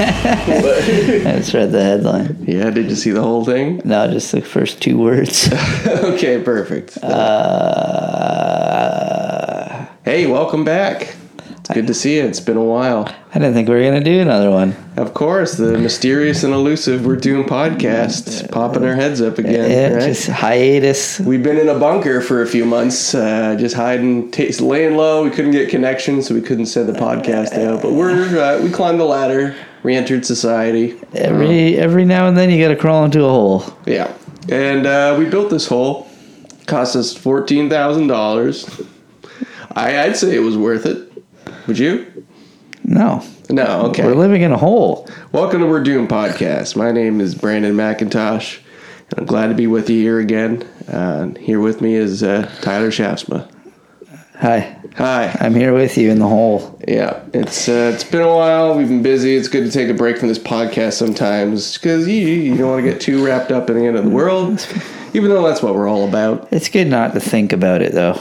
I just read the headline. Yeah, did you see the whole thing? No, just the first two words. okay, perfect. Uh, hey, welcome back. It's good to see you. It's been a while. I didn't think we were gonna do another one. Of course, the mysterious and elusive We're Doing podcast popping our heads up again. Yeah, right? just hiatus. We've been in a bunker for a few months, uh, just hiding, t- laying low. We couldn't get connections, so we couldn't send Uh, the podcast out. But we're uh, we climbed the ladder, re-entered society. Every Oh. every now and then you gotta crawl into a hole. Yeah, and uh, we built this hole. Cost us fourteen thousand dollars. I I'd say it was worth it. Would you? No, No. Okay. we're living in a hole. Welcome to We're Doom podcast. My name is Brandon McIntosh, and I'm glad to be with you here again. Uh, and here with me is uh, Tyler Shafsma. Hi, Hi. I'm here with you in the hole. Yeah, it's uh, it's been a while. We've been busy. It's good to take a break from this podcast sometimes because you you don't want to get too wrapped up in the end of the world, even though that's what we're all about. It's good not to think about it though.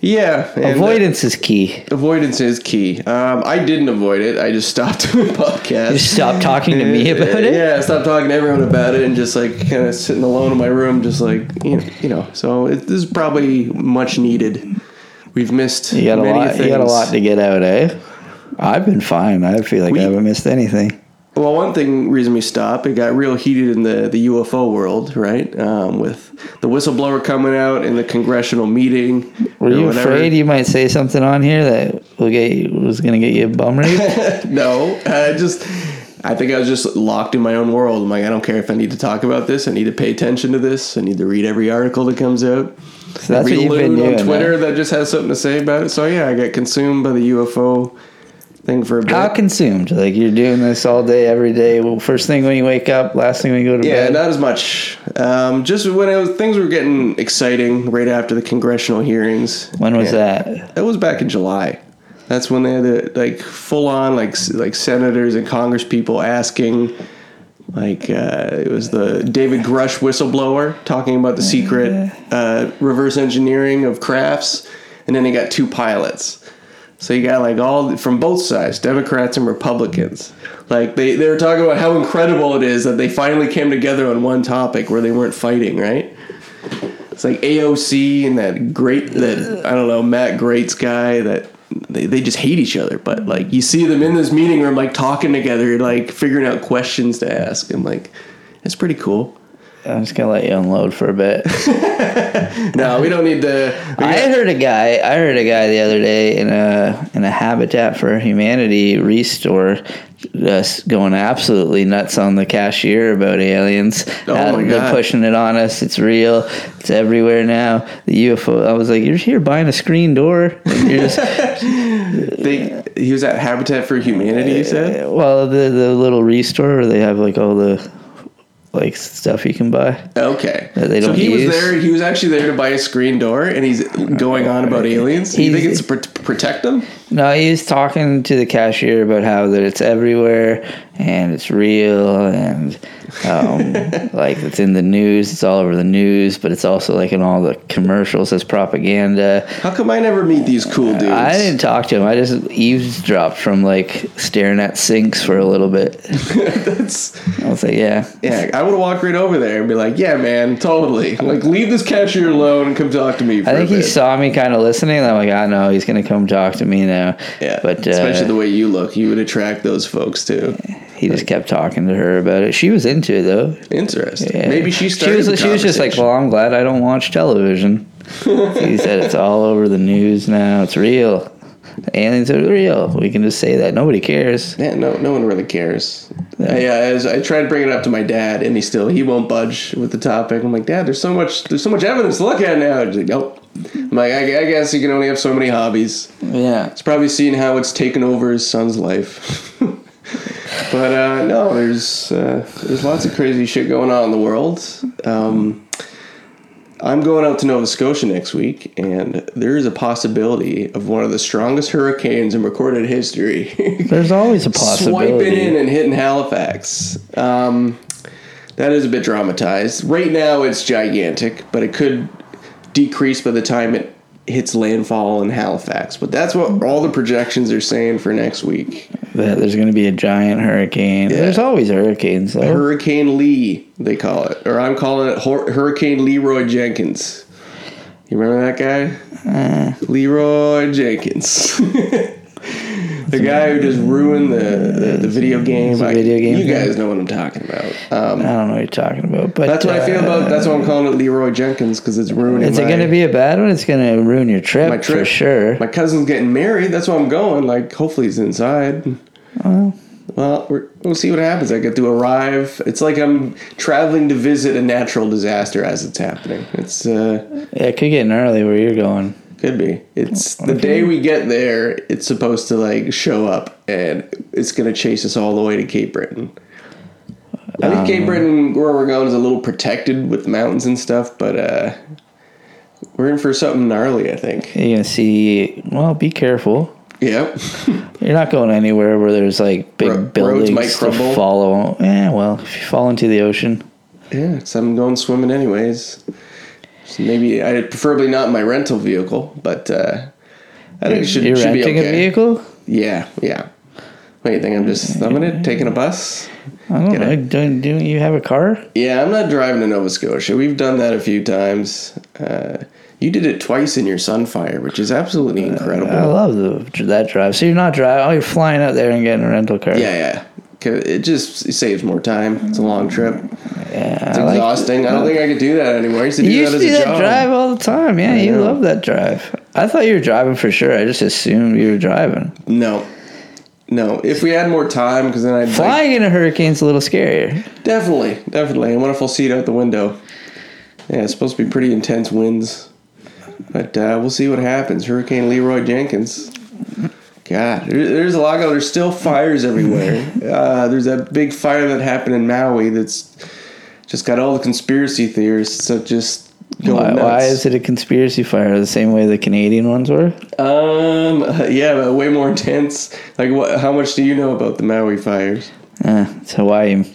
Yeah, and, uh, Avoidance is key. avoidance is key. Um, I didn't avoid it. I just stopped doing podcasts. uh, Just stop talking to me about it. Yeah, stop talking to everyone about it and just like kind of sitting alone in my room, just like you know. You know so it, this is probably much needed. We've missed You got a many lot. things. You got a lot to get out, eh? I've been fine. I feel like We- I haven't missed anything. Well, one thing reason we stopped, it got real heated in the, the UFO world, right? Um, with the whistleblower coming out and the congressional meeting. Were or you whatever. afraid you might say something on here that will get was gonna get you bum raped? No, uh, just I think I was just locked in my own world. I'm like, I don't care if I need to talk about this. I need to pay attention to this. I need to read every article that comes out. So that's what every you've been loon doing. on Twitter huh? that just has something to say about it. So yeah, I got consumed by the UFO thing for a bit. How consumed? Like you're doing this all day, every day. Well, first thing when you wake up, last thing when you go to Yeah, bed. not as much. Um, just when it was, things were getting exciting right after the congressional hearings. when was Yeah. that? That was back in July. That's when they had the, like full on like s- like senators and Congress people asking. Like uh, it was the David Grush whistleblower talking about the secret uh, reverse engineering of crafts, and then they got two pilots. So you got like all from both sides, Democrats and Republicans. Like they, they were talking about how incredible it is that they finally came together on one topic where they weren't fighting, right? It's like AOC and that great that I don't know Matt Greats guy that they, they just hate each other. But like you see them in this meeting room, like talking together, like figuring out questions to ask, and like it's pretty cool. I'm just gonna let you unload for a bit. No, we don't need to. we I heard a guy. I heard a guy the other day in a in a Habitat for Humanity restore, just going absolutely nuts on the cashier about aliens. Oh How my they're God. pushing it on us. It's real. It's everywhere now. The UFO. I was like, you're here buying a screen door. And you're just- they, he was at Habitat for Humanity. You said well, the the little restore where they have like all the like stuff you can buy. okay. That they so don't he use? was there. He was actually there to buy a screen door, and he's going on about aliens. you He's- think it's to pr- protect them? No, he was talking to the cashier about how that it's everywhere and it's real and um, like it's in the news. It's all over the news, but it's also like in all the commercials as propaganda. How come I never meet these cool dudes? I didn't talk to him. I just eavesdropped from like staring at sinks for a little bit. That's I was like, yeah, Yeah, I would walk right over there and be like, "Yeah, man, totally. Like, leave this cashier alone and come talk to me." For I think a he bit. saw me kind of listening. And I'm like, I know he's gonna come talk to me now. Yeah, but uh, especially the way you look, you would attract those folks too. he just kept talking to her about it. She was into it though. Interesting. Yeah. Maybe she started. was, the she was just like, conversation. "Well, I'm glad I don't watch television." he said, "It's all over the news now. It's real. Aliens are real. We can just say that. Nobody cares." "Yeah, no, no one really cares." Yeah, I, uh, as I tried to bring it up to my dad, and he still he won't budge with the topic. I'm like, "Dad, there's so much, there's so much evidence to look at now." He's like, "Nope." I'm like, I, "I guess you can only have so many hobbies." Yeah. He's probably seen how it's taken over his son's life. but uh, no, there's uh, there's lots of crazy shit going on in the world. Um, I'm going out to Nova Scotia next week, and there is a possibility of one of the strongest hurricanes in recorded history There's always a possibility. swiping in and hitting Halifax. Um, that is a bit dramatized. Right now, it's gigantic, but it could decrease by the time it hits landfall in Halifax. But that's what all the projections are saying for next week. that there's going to be a giant hurricane. There's always hurricanes. though. Hurricane Lee, they call it, or I'm calling it Hor- Hurricane Leroy Jenkins. You remember that guy? Uh. Leroy Jenkins. the guy who just ruined the, the, the video game. a I- video game you thing. guys know what I'm talking about. Um, I don't know what you're talking about, but uh, that's what I feel about. That's why I'm calling it Leroy Jenkins because it's ruining. Is it my- going to be a bad one? It's going to ruin your trip, my trip. for sure. My cousin's getting married. That's why I'm going. Like, hopefully he's inside. Well, we're, we'll see what happens. I get to arrive. It's like I'm traveling to visit a natural disaster as it's happening. It's uh, Yeah, it could get gnarly where you're going. could be. It's the day we get there. It's supposed to like show up, and it's gonna chase us all the way to Cape Breton. I think Um, Cape Breton, where we're going, is a little protected with mountains and stuff, but uh, we're in for something gnarly. I think. You're going to see. Well, be careful. Yep. You're not going anywhere where there's like big Ro- roads buildings might to crumble. follow. Yeah, well, if you fall into the ocean, Yeah, because I'm going swimming anyways. So maybe I preferably not in my rental vehicle, but uh, I think it should, you're should be renting okay. a vehicle. Yeah, yeah. What you think? I'm just thumbing it, taking a bus. I don't Get know. it. Don't, do you have a car? Yeah, I'm not driving to Nova Scotia. We've done that a few times. Uh, you did it twice in your Sunfire, which is absolutely Uh, incredible. I love the, that drive. So you're not driving. Oh, you're flying out there and getting a rental car. yeah, yeah. 'Cause It just it saves more time. It's a long trip. Yeah, It's I like- exhausting. I don't think I could do that anymore. I used to do You used that to as do a that job. drive all the time. Yeah, you know. love that drive. I thought you were driving for sure. I just assumed you were driving. No, no. If we had more time, because then I'd like, Flying in a hurricane's a little scarier. Definitely, definitely. And what if I'll see it out the window? Yeah, it's supposed to be pretty intense winds. But uh, we'll see what happens. Hurricane Leroy Jenkins. God, there- there's a lot going There's still fires everywhere. Uh, there's that big fire that happened in Maui that's just got all the conspiracy theorists that just going Why, nuts. why is it a conspiracy fire the same way the Canadian ones were? Um, yeah, but way more intense. Like, what, how much do you know about the Maui fires? Uh, it's Hawaii.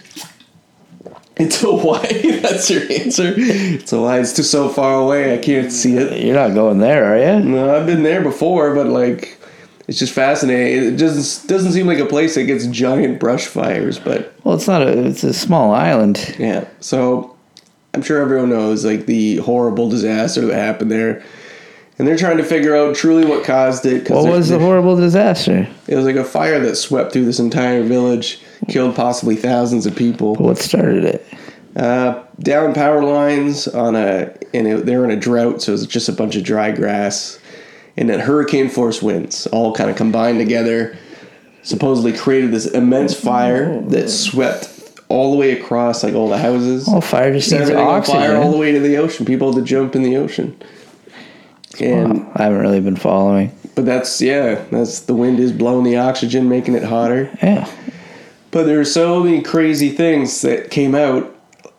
It's Hawaii. That's your answer. It's Hawaii. It's too so far away. I can't see it. You're not going there, are you? No, I've been there before, but like, it's just fascinating. It doesn't doesn't seem like a place that gets giant brush fires, but Well, it's not a. It's a small island. yeah. So I'm sure everyone knows like the horrible disaster that happened there, and they're trying to figure out truly what caused it. 'cause What they're- was the horrible disaster? It was like a fire that swept through this entire village, killed possibly thousands of people. What started it? Uh, down power lines on a, and it, they're in a drought, so it's just a bunch of dry grass, and then hurricane force winds all kind of combined together, supposedly created this immense fire that swept all the way across like all the houses. Well, fire just Set needs everything on fire all the Oh, oxygen. way to the ocean. People had to jump in the ocean, and I haven't really been following. but that's yeah, that's the wind is blowing the oxygen, making it hotter. Yeah. But there were so many crazy things that came out,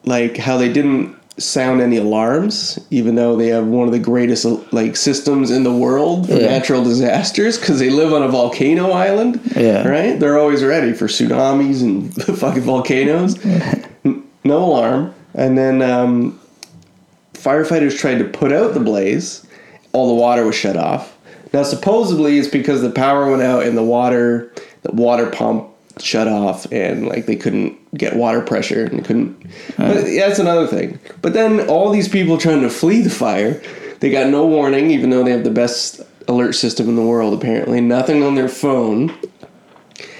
like how they didn't sound any alarms, even though they have one of the greatest like systems in the world for Yeah. natural disasters, because they live on a volcano island. Yeah. Right? They're always ready for tsunamis and fucking volcanoes. N- no alarm. And then um, firefighters tried to put out the blaze. All the water was shut off. Now, supposedly, it's because the power went out and the water, the water pump shut off, and like they couldn't get water pressure and couldn't. but that's another thing. But then all these people trying to flee the fire, they got no warning, even though they have the best alert system in the world. Apparently, nothing on their phone.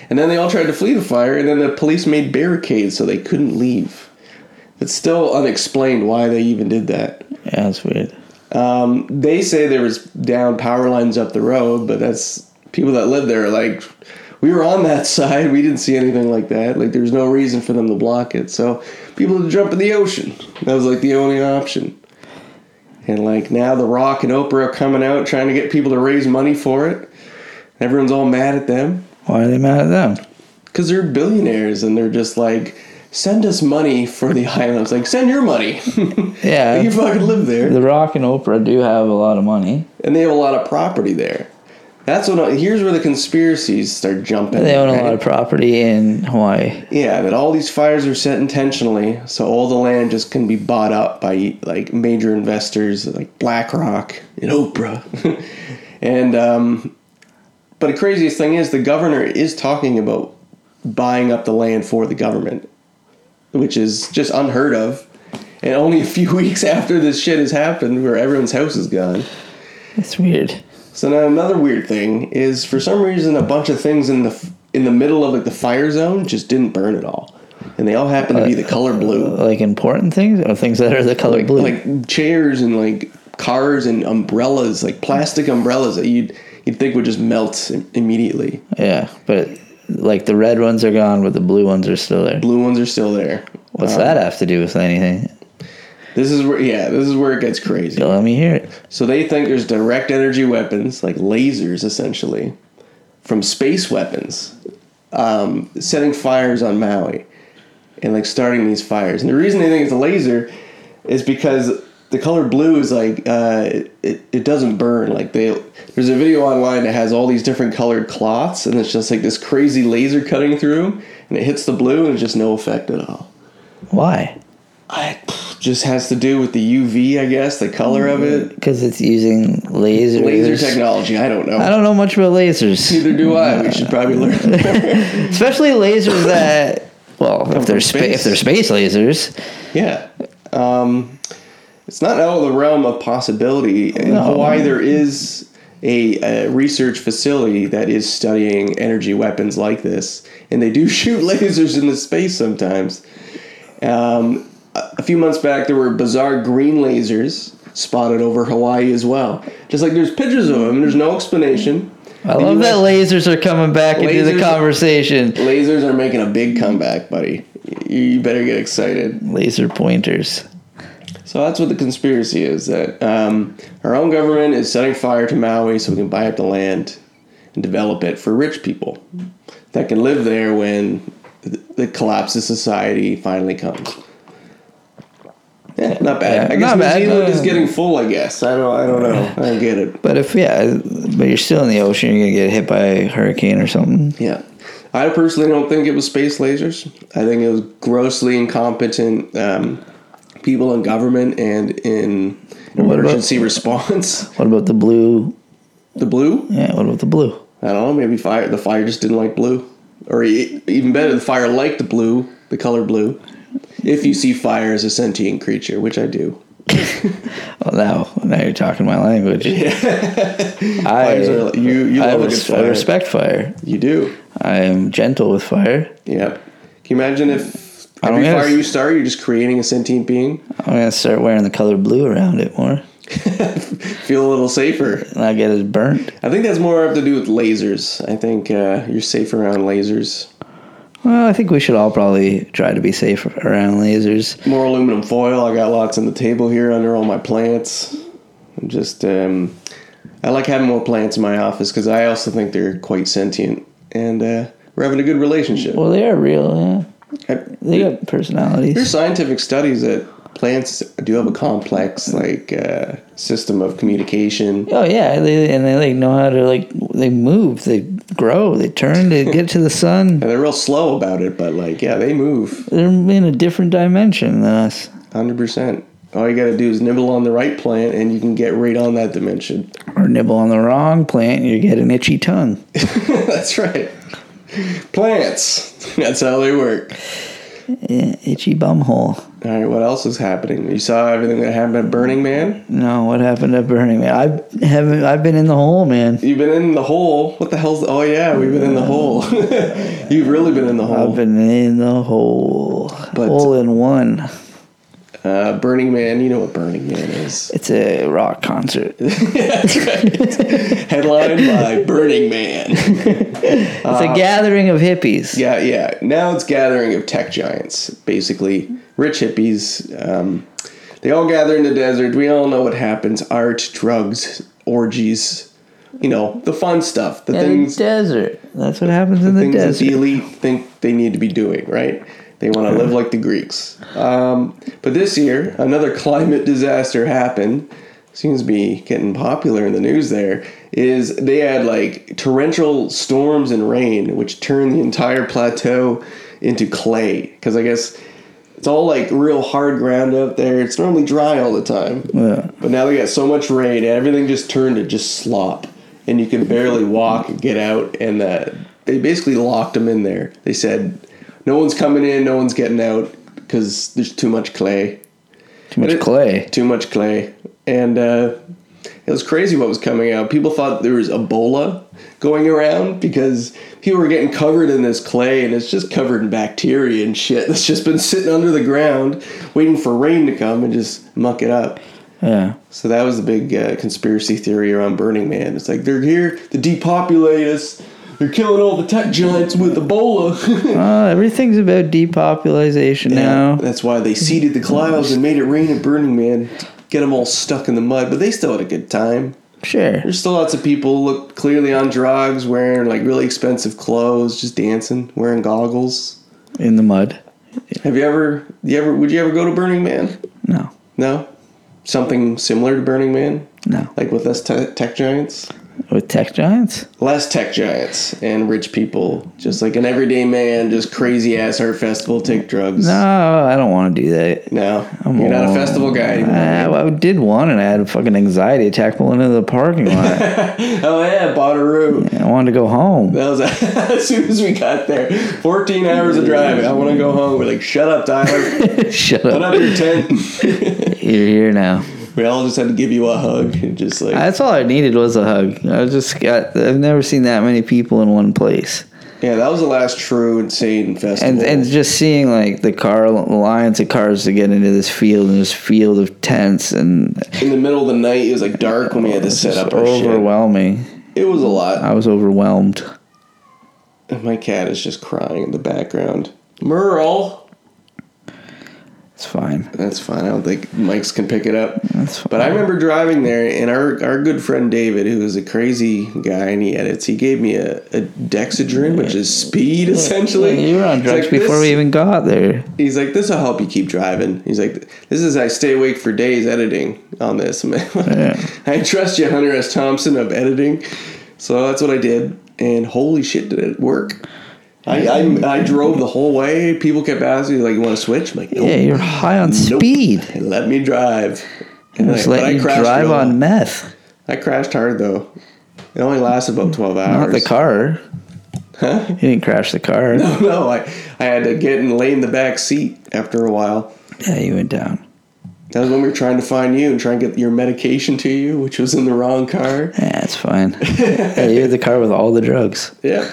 And then they all tried to flee the fire, and then the police made barricades so they couldn't leave. It's still unexplained why they even did that. Yeah, that's weird. Um, they say there was down power lines up the road, but that's people that live there. Are like, we were on that side, we didn't see anything like that. Like, there's no reason for them to block it. So people would jump in the ocean. That was like the only option. And like now, The Rock and Oprah are coming out trying to get people to raise money for it. Everyone's all mad at them Why are they mad at them? because they're billionaires and they're just like, send us money for the islands. Like, send your money. Yeah. you fucking live there. The Rock and Oprah do have a lot of money. and they have a lot of property there. That's what. Here's where the conspiracies start jumping. They own a right? lot of property in Hawaii. Yeah, that all these fires are set intentionally, so all the land just can be bought up by like major investors like BlackRock and Oprah, and um, But the craziest thing is the governor is talking about buying up the land for the government, which is just unheard of. And only a few weeks after this shit has happened, where everyone's house is gone. It's weird. So now another weird thing is for some reason a bunch of things in the in the middle of like the fire zone just didn't burn at all, and they all happen to be the color blue, Like important things or things that are the color blue. like chairs and like cars and umbrellas, like plastic umbrellas that you'd you'd think would just melt im- immediately. yeah, but like the red ones are gone, but the blue ones are still there. Blue ones are still there. What's Uh-huh. that have to do with anything? This is where yeah, this is where it gets crazy. Let me hear it. So they think there's direct energy weapons, like lasers essentially, from space weapons, um, setting fires on Maui and like starting these fires. And the reason they think it's a laser is because the color blue is like, uh, it, it doesn't burn. Like they, there's a video online that has all these different colored cloths and it's just like this crazy laser cutting through and it hits the blue and it's just no effect at all. Why? I just has to do with the UV, I guess, the color of it. Because it's using lasers. Laser technology, I don't know. I don't know much about lasers, Neither do I. We should probably learn. especially lasers that. Well, if they're from spa- space. if they're space lasers, yeah. Um, it's not out of the realm of possibility. In No. Hawaii, there is a, a research facility that is studying energy weapons like this, and they do shoot lasers into space sometimes. Um, a a few months back, there were bizarre green lasers spotted over Hawaii as well. Just like there's pictures of them, and there's no explanation. I love that lasers are coming back into the Lasers- conversation. Lasers are making a big comeback, buddy. You- You better get excited. Laser pointers. So that's what the conspiracy is that um, our own government is setting fire to Maui so we can buy up the land and develop it for rich people that can live there when th- the collapse of society finally comes. Yeah, not bad. Yeah, I guess not New bad. Zealand is Uh, getting full. I guess I don't. I don't know. I don't get it. But if yeah, but you're still in the ocean, you're gonna get hit by a hurricane or something. Yeah. I personally don't think it was space lasers. I think it was grossly incompetent um, people in government and in about- emergency response. What about the blue? The blue? Yeah, what about the blue? I don't know. Maybe fire. The fire just didn't like blue, or e- even better, the fire liked the blue, the color blue. If you see fire as a sentient creature, which I do, Oh, now now you're talking my language. I, Fires are- you- you I, love a good res- I fire. respect fire. you do. I'm gentle with fire. Yeah. Can you imagine if I don't every guess. fire you start, you're just creating a sentient being? I'm gonna start wearing the color blue around it more, Feel a little safer. and I get it burnt. I think that's more have to do with lasers. I think uh, you're safe around lasers. Well, I think we should all probably try to be safe around lasers. More aluminum foil. I got lots on the table here under all my plants. I'm just, um, I like having more plants in my office because I also think they're quite sentient and uh, we're having a good relationship. Well, they are real. I- Yeah, they got personalities. There's scientific studies that plants do have a complex like uh, system of communication. Oh yeah, they, and they like know how to like they move, they grow, they turn, they get to the sun. And they're real slow about it, but like, yeah, they move They're in a different dimension than us. 100%. All you gotta do is nibble on the right plant and you can get right on that dimension. Or nibble on the wrong plant, and you get an itchy tongue. That's right. Plants. That's how they work. Yeah, itchy bum hole. All right, what else is happening? You saw everything that happened at Burning Man? No, what happened at Burning Man? I haven't. I've been in the hole, man. You've been in the hole. What the hell's. Oh, yeah, we've been in the hole. You've really been in the I've hole. been in the hole. But- hole in one. Uh, Burning Man, you know what Burning Man is. It's a rock concert. It's Headlined by Burning Man. a gathering of hippies. Uh, Yeah, yeah. Now it's gathering of tech giants, basically. Rich hippies. Um, they all gather in the desert. We all know what happens art, drugs, orgies. You know, the fun stuff, the In the things. desert. That's what happens in the things that the desert. elite think they need to be doing, right? They want to live like the Greeks. Um, but this year, another climate disaster happened. Seems to be getting popular in the news. There is they had like torrential storms and rain, which turned the entire plateau into clay. Because I guess it's all like real hard ground out there. It's normally dry all the time, Yeah. but now they got so much rain, everything just turned to just slop. and you could barely walk and get out. And uh, they basically locked him in there. They said, "No one's coming in, no one's getting out because there's too much clay." Too much And it- clay. Too much clay. And uh, it was crazy what was coming out. People thought there was Ebola going around because people were getting covered in this clay and it's just covered in bacteria and shit that's just been sitting under the ground waiting for rain to come and just muck it up. Yeah. So that was the big uh, conspiracy theory around Burning Man. It's like they're here to depopulate us. They're killing all the tech giants with Ebola. Well, Oh, everything's about depopulation Yeah, now. That's why they seeded the clouds and made it rain at Burning Man. to Get them all stuck in the mud, but they still had a good time. Sure. There's still lots of people look clearly on drugs, wearing like really expensive clothes, just dancing, wearing goggles. In the mud. Have you ever, you ever, would you ever go to Burning Man? No. No, something similar to Burning Man, No. like with us te- tech giants, With tech giants? less tech giants and rich people, just like an everyday man, just crazy ass art festival, take drugs. No, I don't want to do that. no, I'm you're not a old. festival guy anymore. I, I did one and I had a fucking anxiety attack pulling into the parking lot. Oh yeah, Bonnaroo. I wanted to go home. That was as soon as we got there. 14 hours of driving. I want to go home. We're like, shut up, Tyler. Shut Put up. up your tent. You're here now. we all just had to give you a hug. and Just like, That's all I needed was a hug. I just got, I've never seen that many people in one place. yeah, that was the last true insane festival. And, and just seeing like the car lines of cars to get into this field and this field of tents and in the middle of the night, it was like dark when we had to set up our shit. overwhelming. It was a lot. I was overwhelmed. And My cat is just crying in the background. Merle. It's fine. That's fine. I don't think mics can pick it up. That's fine. But I remember driving there, and our, our good friend David, who is a crazy guy and he edits, he gave me a, a Dexedrine, which is speed essentially. you were on He's drugs like, before "This-" we even got there. He's like, "This will help you keep driving." He's like, "This is I stay awake for days editing on this." man." I trust you, Hunter S. Thompson of editing. So that's what I did, and holy shit, did it work! I I, I drove the whole way. People kept asking, me, "Like, you want to switch?" I'm like, "Nope." Yeah, you're high on Nope. speed. They let me drive. And Just I- but let I you crashed drive real- on meth, I crashed hard though. It only lasted about twelve not hours. the car. You didn't crash the car. no, I, I had to get and lay in the back seat after a while. Yeah, you went down. That was when we were trying to find you and try and get your medication to you, which was in the wrong car. Yeah, it's fine. yeah, you had the car with all the drugs. Yeah,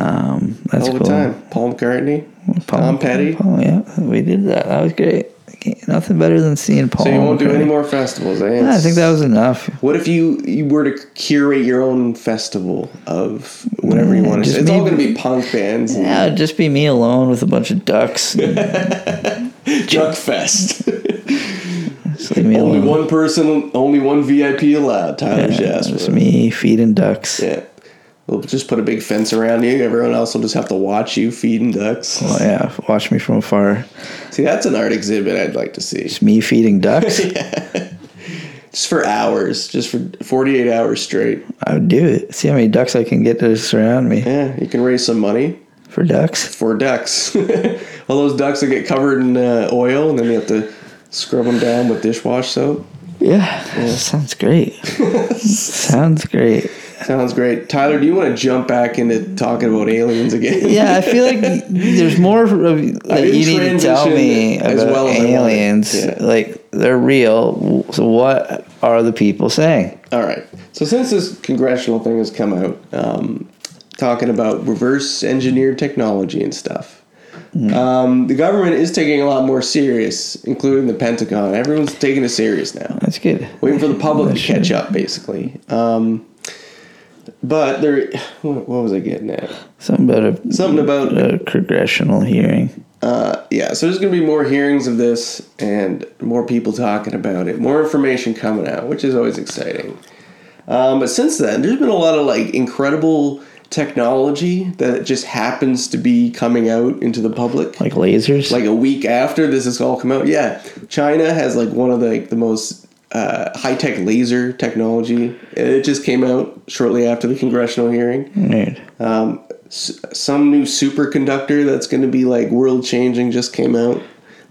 Um, that's all the cool. time. Paul McCartney, Tom Petty. Paul, yeah, we did that. That was great. Can't- Nothing better than seeing Paul. So you won't do McCartney. any more festivals, eh? Yeah, I think that was enough. What if you, you were to curate your own festival of whatever you want to? Just It's all me- going to be punk bands, and Yeah, it'd just be me alone with a bunch of ducks. junk fest. Just leave me Only alone. one person, only one VIP allowed. Tyler Jasper. Just me feeding ducks. Yeah, we'll just put a big fence around you. Everyone else will just have to watch you feeding ducks. Well, yeah, watch me from afar. See, that's an art exhibit I'd like to see. It's me feeding ducks. Just for hours, just for forty-eight hours straight. I would do it. See how many ducks I can get to surround me Yeah, you can raise some money for ducks. for ducks. All those ducks that get covered in uh, oil, and then you have to scrub them down with dishwash soap. Yeah, sounds great. sounds great. Sounds great, Tyler. Do you want to jump back into talking about aliens again? Yeah, I feel like there's more of, that didn't you need to tell transition me about as well as I wanted. aliens. Yeah. Like they're real. So what are the people saying? All right. So since this congressional thing has come out, um, talking about reverse engineered technology and stuff, um, the government is taking a lot more serious, including the Pentagon. Everyone's taking it serious now, That's good. waiting for the public to catch up, basically. Um, but there, what what was I getting at? Something about a, Something about a congressional hearing. uh, yeah, so there's going to be more hearings of this and more people talking about it, more information coming out, which is always exciting. Um, but since then, there's been a lot of like incredible technology that just happens to be coming out into the public. Like lasers. Like a week after this has all come out, yeah, China has like one of the, like, the most uh, high tech laser technology. It just came out shortly after the congressional hearing Weird. um, s- some new superconductor that's going to be like world changing just came out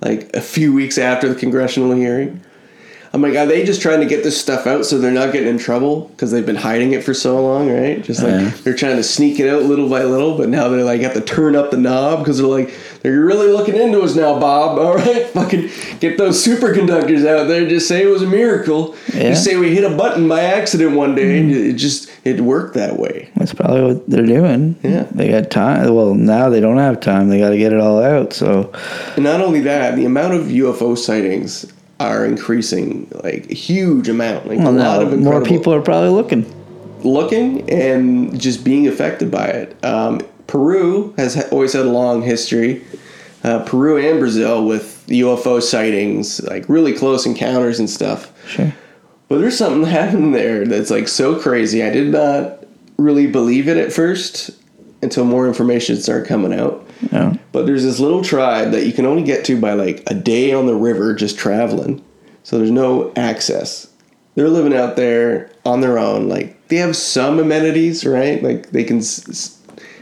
like a few weeks after the congressional hearing. I'm like, are they just trying to get this stuff out so they're not getting in trouble because they've been hiding it for so long, right? Just like Yeah. they're trying to sneak it out little by little, but now they're like have to turn up the knob because they're like, they're really looking into us now, Bob. All right, fucking get those superconductors out there. Just say it was a miracle. Yeah. Just say we hit a button by accident one day, and it just it worked that way. That's probably what they're doing. Yeah. They got time. Well, now they don't have time. They got to get it all out. So, And not only that, the amount of UFO sightings are increasing, like a huge amount, like well, a lot now of more incredible- people are probably looking. looking and just being affected by it. Um, Peru has ha- always had a long history. Uh, Peru and Brazil with UFO sightings, like really close encounters and stuff. Sure. But there's something happening there that's like so crazy. I did not really believe it at first until more information started coming out. Yeah. But there's this little tribe that you can only get to by like a day on the river just traveling. So there's no access. They're living out there on their own. Like they have some amenities, right? Like they can, s- s-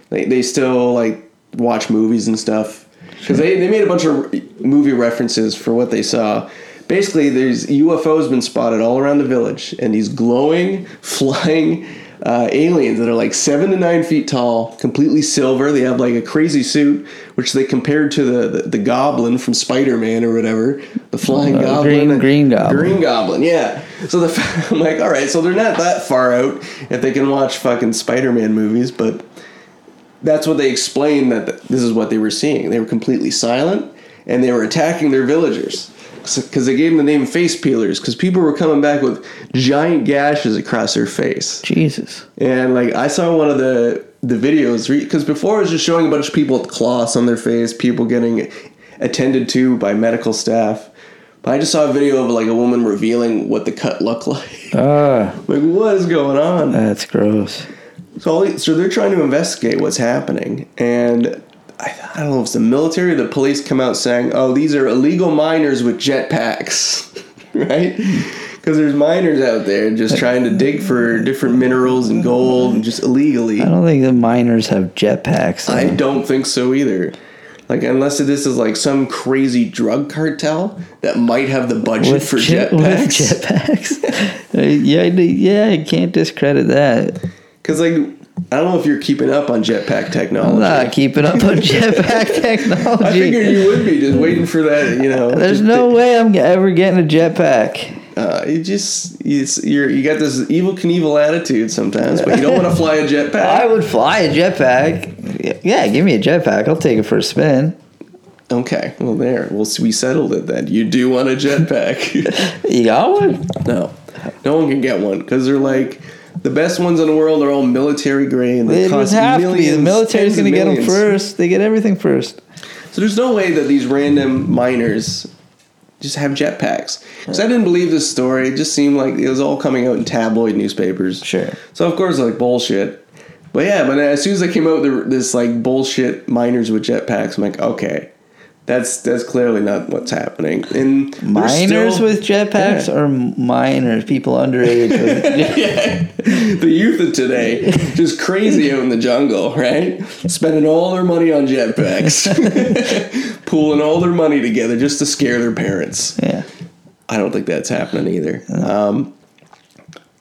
they, they still like watch movies and stuff. Because they, they made a bunch of re- movie references for what they saw. Basically, there's UFOs been spotted all around the village, and these glowing, flying uh, aliens that are like seven to nine feet tall, completely silver. They have like a crazy suit, which they compared to the the, the goblin from Spider Man or whatever, the flying Uh, goblin, green- green goblin. green goblin, yeah. So the f- I'm like, all right, so they're not that far out if they can watch fucking Spider Man movies, but that's what they explained that th- this is what they were seeing. They were completely silent and they were attacking their villagers because they gave them the name face peelers because people were coming back with giant gashes across their face. Jesus. And like I saw one of the the videos because before it was just showing a bunch of people with cloths on their face, people getting attended to by medical staff. But I just saw a video of like a woman revealing what the cut looked like. Ah, like what is going on? that's gross. So, all these- so they're trying to investigate what's happening, and I, I don't know if it's the military or the police come out saying, "Oh, these are illegal miners with jetpacks," right? Because there's miners out there just trying to dig for different minerals and gold, and just illegally. I don't think the miners have jetpacks. I don't think so either. Like, unless this is like some crazy drug cartel that might have the budget with for jet- with jetpacks. jetpacks. Uh, yeah, I do- yeah, I can't discredit that. Because like, I don't know if you're keeping up on jetpack I'm technology. not keeping up on jetpack technology. I figured you would be just waiting for that, you know. There's just no way I'm ever getting a jetpack. Uh, you just it's you're you got this evil Knievel attitude sometimes, but you don't want to fly a I jetpack. would fly a jetpack. Yeah, give me a jetpack. I'll take it for a spin. Okay, well there, well s- we settled it then. You do want a jetpack? You got one? no, no one can get one because they're like the best ones in the world are all military grade. and They It would cost have millions, to be. The military's tens of going to get them millions. first. They get everything first. So there's no way that these random miners just have jetpacks. Because I didn't believe this story. It just seemed like it was all coming out in tabloid newspapers. Sure. So of course, like bullshit. But yeah, but as soon as I came out with this like bullshit miners with jetpacks, I'm like, okay, that's that's clearly not what's happening. And there's Minors still- with jetpacks Yeah. or minors, people underage. With the youth of today just crazy out in the jungle, right? Spending all their money on jetpacks, pooling all their money together just to scare their parents. yeah. I don't think that's happening either. Um,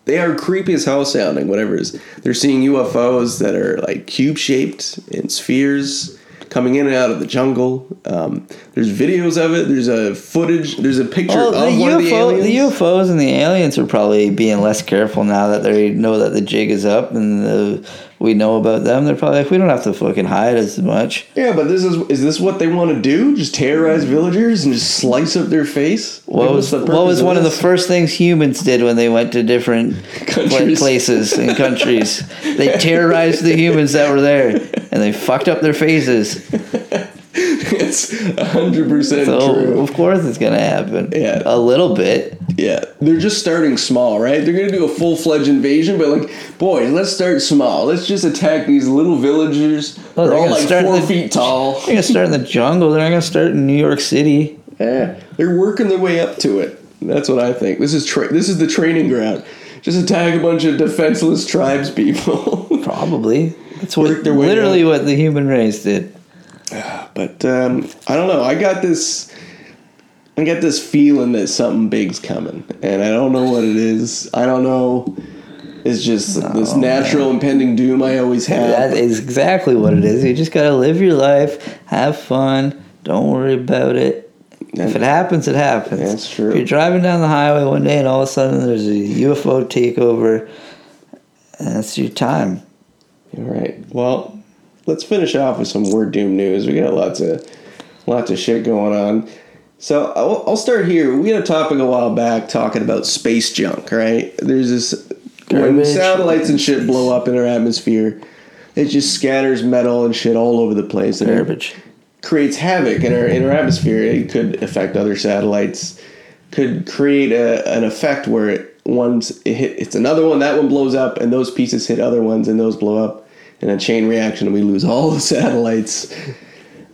they are creepy as hell sounding, whatever it is. They're seeing UFOs that are like cube shaped in spheres coming in and out of the jungle. Um, there's videos of it. There's a footage. There's a picture Well, of Oh, the, one of the UFO, aliens. the UFOs and the aliens are probably being less careful now that they know that the jig is up and the, we know about them. They're probably like, we don't have to fucking hide as much. yeah, but this is is this what they want to do? Just terrorize villagers and just slice up their face? What was what was one of the first things humans did when they went to different pla- Countries. places and countries? They terrorized the humans that were there, and they fucked up their faces. it's hundred percent So true. of course it's gonna happen. Yeah. a little bit. Yeah, they're just starting small, right? They're gonna do a full fledged invasion, but like, boys, let's start small. Let's just attack these little villagers. Well, they're Oh, they're all gonna like start four the- feet tall. They're gonna start in the jungle. They're not gonna start in New York City. Yeah, they're working their way up to it. That's what I think. This is tra- this is the training ground. Just attack a bunch of defenseless tribes people. Probably. That's what Work their way literally what the human race did. But um, I don't know. I got this I get this feeling that something big's coming, and I don't know what it is. I don't know. It's just this natural impending doom I always have. That is exactly what it is. You just gotta live your life, have fun, don't worry about it. If it happens, it happens. That's true. If you're driving down the highway one day and all of a sudden there's a UFO takeover, that's your time. All right. Well, let's finish off with some word doom news. We got lots of lots of shit going on. So I'll, I'll start here. We had a topic a while back talking about space junk, right? There's this when Garbage. satellites and shit blow up in our atmosphere, it just scatters metal and shit all over the place. and it Garbage. creates havoc in our in our atmosphere. It could affect other satellites. Could create a, an effect where it, one's it hit, it's another one that one blows up, and those pieces hit other ones, and those blow up in a chain reaction, and we lose all the satellites.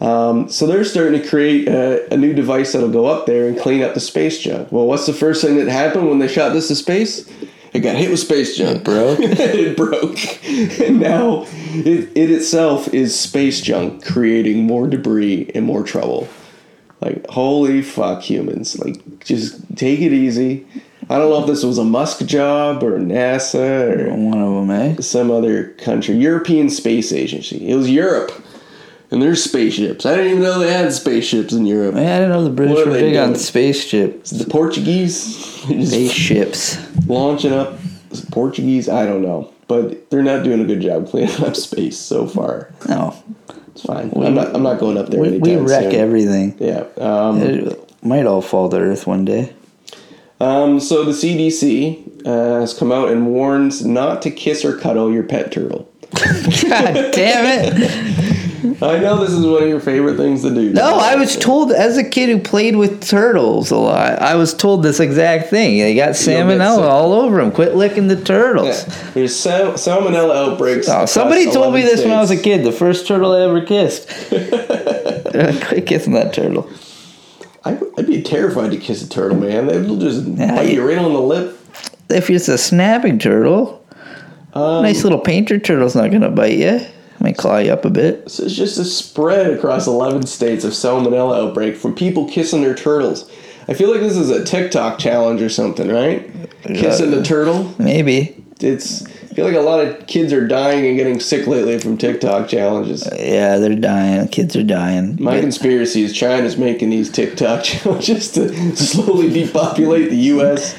Um, so they're starting to create a, a new device that'll go up there and clean up the space junk. Well, what's the first thing that happened when they shot this to space? It got hit with space junk, broke? it broke. And now it, it itself is space junk, creating more debris and more trouble. Like, holy fuck, humans. Like, just take it easy. I don't know if this was a Musk job or NASA or One of them, eh? some other country. European Space Agency. It was Europe. And there's spaceships. I didn't even know they had spaceships in Europe. Man, I didn't know the British What are were they big on doing? spaceships. The Portuguese they're just Spaceships. launching up Portuguese, I don't know. But they're not doing a good job cleaning up space so far. No. It's fine. I'm not I'm not going up there We, we anytime wreck soon. everything. Yeah. Um, It might all fall to Earth one day. um, so the CDC uh, has come out and warns not to kiss or cuddle your pet turtle. God damn it. I know this is one of your favorite things to do. No, I was told as a kid who played with turtles a lot. I was told this exact thing. They got You'll get salmonella sick. all over them. Quit licking the turtles. There's sal- salmonella outbreaks. Oh, across somebody told me 11 this when I was a states. kid. The first turtle I ever kissed. They're like, Quit kissing that turtle. I, would be terrified to kiss a turtle, man. They'll just Yeah, bite I- you right on the lip. If it's a snapping turtle, Um, nice little painter turtle's not gonna bite you. Might claw you up a bit. So it's just a spread across 11 states of salmonella outbreak from people kissing their turtles. I feel like this is a TikTok challenge or something, right? Kissing the turtle. Maybe. It's I feel like a lot of kids are dying and getting sick lately from TikTok challenges. Yeah, they're dying. Kids are dying. My But conspiracy is China's making these TikTok challenges to slowly depopulate the U.S.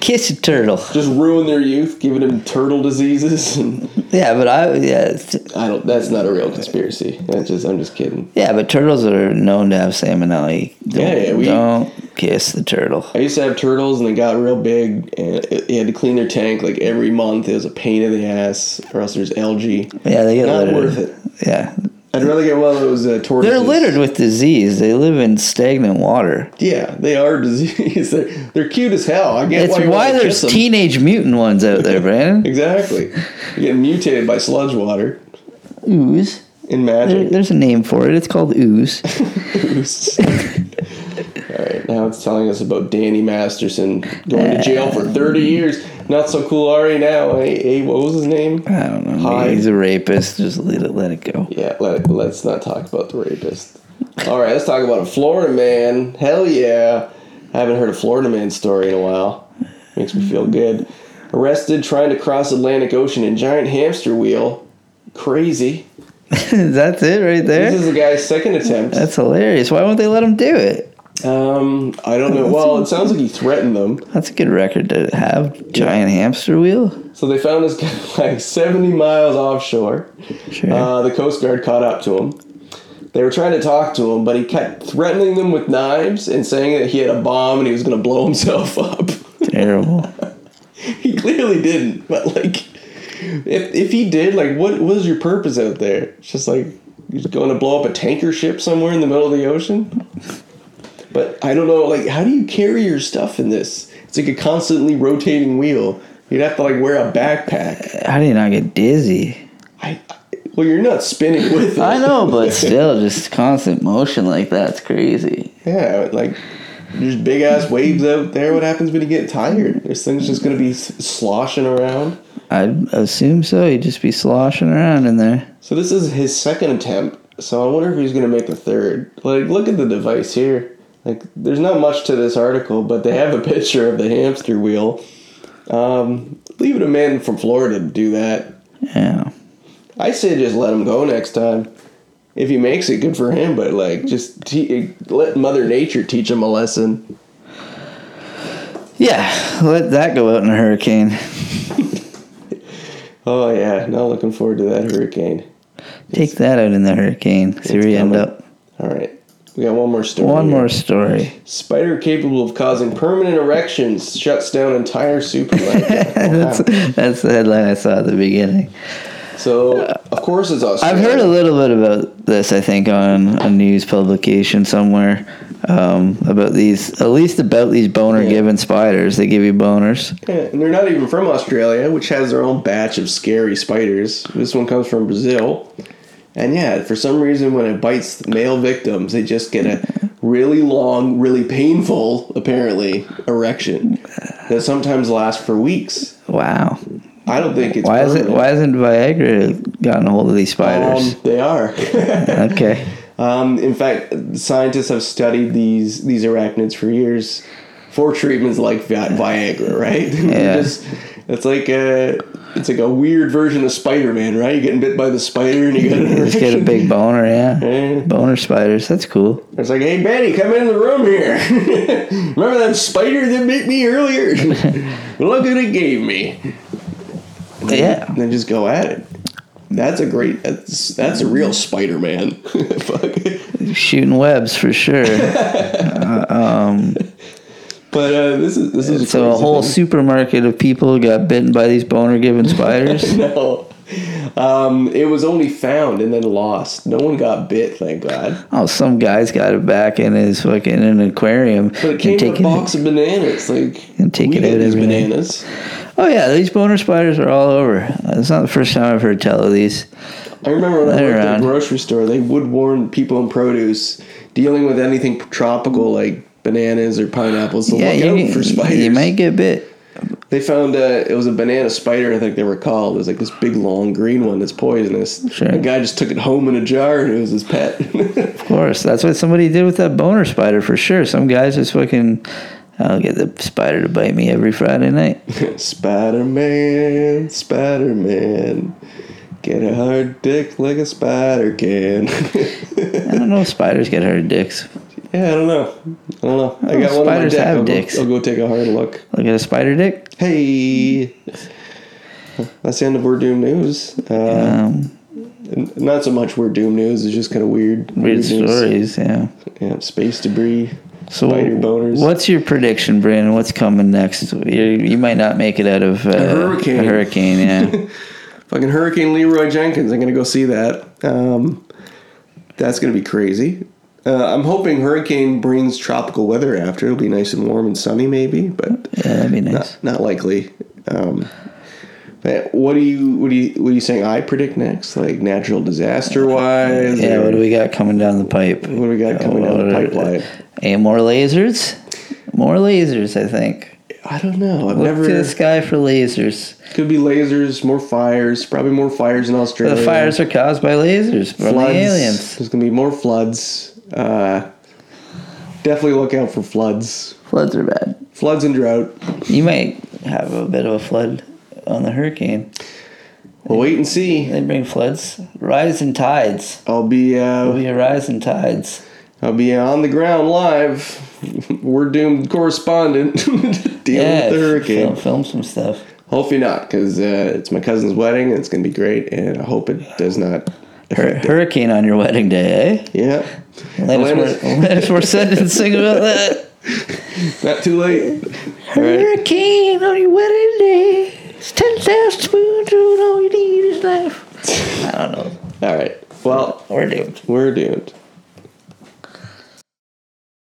kiss a turtle. just ruin their youth, giving them turtle diseases. And Yeah, but I yeah it's- I don't. That's not a real conspiracy. That's just. I'm just kidding. yeah, but turtles are known to have salmonella. Don't, Yeah, yeah, we- don't kiss the turtle. I used to have turtles, and they got real big, and it- you had to clean their tank like every month. It was a pain in the ass, or else there's algae. Yeah, they get Not littered. worth it. Yeah, I'd rather get one of those uh, tortoises. they're littered with disease. They live in stagnant water. Yeah, they are disease. they're, they're cute as hell. I get It's why, you why wanna there's kiss them. teenage mutant ones out there, Brandon. Exactly. You're getting mutated by sludge water Ooze. in There, magic. there's a name for it. It's called ooze. All right, now it's telling us about Danny Masterson going to jail for 30 years. Not so cool, Ari. Now, hey, hey, what was his name? I don't know. Hi. He's a rapist. Just let it let it go. Yeah, let, let's not talk about the rapist. All right, let's talk about a Florida man. Hell yeah. I haven't heard a Florida man story in a while. Makes me feel good. Arrested trying to cross Atlantic Ocean in giant hamster wheel. Crazy. That's it right This there. is the guy's second attempt. That's hilarious. Why won't they let him do it? Um, I don't know. Well, it sounds like he threatened them. That's a good record to have. Giant hamster wheel. So they found this guy like 70 miles offshore. Sure. Uh, the Coast Guard caught up to him. They were trying to talk to him, but he kept threatening them with knives and saying that he had a bomb and he was going to blow himself up. Terrible. he clearly didn't, but like, if, if he did, like, what was your purpose out there? It's just like, you're going to blow up a tanker ship somewhere in the middle of the ocean? But I don't know, like, how do you carry your stuff in this? It's like a constantly rotating wheel. You'd have to, like, wear a backpack. How do you not get dizzy? I, I- well, you're not spinning with it. I know, but still, just constant motion like that's crazy. Yeah, like there's big ass waves out there. What happens when you get tired? This thing's just gonna be s- sloshing around. I'd assume so. He'd just be sloshing around in there. So this is his second attempt. So I wonder if he's gonna make a third. Like, look at the device here. Like, there's not much to this article, but they have a picture of the hamster wheel. Um, leaving a man from Florida to do that. Yeah. I say just let him go next time. If he makes it, good for him. But like, just te- let Mother Nature teach him a lesson. Yeah. Let that go out in a hurricane. Oh yeah, now looking forward to that hurricane. Take that out in the hurricane. See where you end coming. up. All right, we got one more story. One here. more story. spider capable of causing permanent erections shuts down entire supermarket. That's, that's the headline I saw at the beginning. so of course it's Australia. I've heard a little bit about this, I think, on a news publication somewhere um, about these, at least about these boner Yeah. given spiders. They give you boners. Yeah, and they're not even from Australia, which has their own batch of scary spiders. This one comes from Brazil. And yeah, for some reason, when it bites male victims, they just get a really long, really painful, apparently, erection that sometimes lasts for weeks. Wow. I don't think it's Why is it? permanent. Why hasn't Viagra gotten a hold of these spiders? Um, they are. okay. Um, in fact, scientists have studied these these arachnids for years for treatments like Vi- Viagra, right? Yeah. Just- it's like a it's like a weird version of Spider Man, right? You're getting bit by the spider and you get an Just get a erection. big boner, yeah. Yeah. Boner spiders. That's cool. It's like, hey Betty, come in the room here. Remember that spider that bit me earlier? Look what it gave me. Yeah. And then just go at it. That's a great. That's that's a real Spider Man. Fuck. Shooting webs for sure. But uh, this is this is so a crazy whole thing. supermarket of people got bitten by these boner given spiders. no. Um, it was only found and then lost. No one got bit, thank God. Oh, some guy's got it back in his fucking in an aquarium. But it came in a box of bananas. Like And take we it get out these every day. bananas. Oh yeah, these boner spiders are all over. It's not the first time I've heard tell of these. I remember when They're I worked at around. the grocery store, they would warn people in produce dealing with anything tropical like bananas or pineapples to yeah, look you, out for spiders. you might get bit. They found uh, it was a banana spider. I think they were called. It was like this big, long green one that's poisonous. Sure. A guy just took it home in a jar and it was his pet. Of course, that's what somebody did with that boner spider for sure. Some guys just fucking. I'll get the spider to bite me every Friday night. Spider Man, Spider Man, get a hard dick like a spider can. I don't know if spiders get hard dicks. yeah, I don't know. I don't know. I got Oh, one on my spiders dick. have I'll, dicks. Go, I'll go take a hard look. Look at a spider dick. Hey, that's the end of We're Doom News. Uh, Um, n- Not so much We're Doom News. It's just kind of weird. weird news. stories, yeah. Yeah, space debris. So, Spider boners. what's your prediction, Brandon? What's coming next? You, you might not make it out of uh, hurricane. A hurricane, yeah. Fucking Hurricane Leroy Jenkins. I'm gonna go see that. Um, that's gonna be crazy. Uh, I'm hoping hurricane brings tropical weather after. It'll be nice and warm and sunny, maybe, but yeah, that'd be nice. not, not likely. Um, but what do you what do you what are you saying? I predict next, like natural disaster wise. yeah, what do we got coming down the pipe? What do we got coming down the pipeline? And more lasers? More lasers, I think. I don't know. I've Look never. to the sky for lasers. Could be lasers, more fires, probably more fires in Australia. The fires are caused by lasers from floods. the aliens. There's gonna be more floods. Uh, definitely look out for floods. Floods are bad. Floods and drought. You might have a bit of a flood on the hurricane. We'll wait and see. They bring floods, rise in tides. I'll be There'll uh, be a rise in tides. I'll be on the ground live. We're doomed correspondent dealing yeah, with the hurricane. Film, film some stuff. Hopefully not, because uh, it's my cousin's wedding and it's gonna be great. And I hope it does not. Hur- hurricane on your wedding day, eh? Yeah, Alanis Alanis- Alanis Morissette didn't sing about that. not too late. All right. Hurricane on your wedding day. It's 10,000 spoons and all you need is life. I don't know. All right. Well, We're doomed. we're doomed.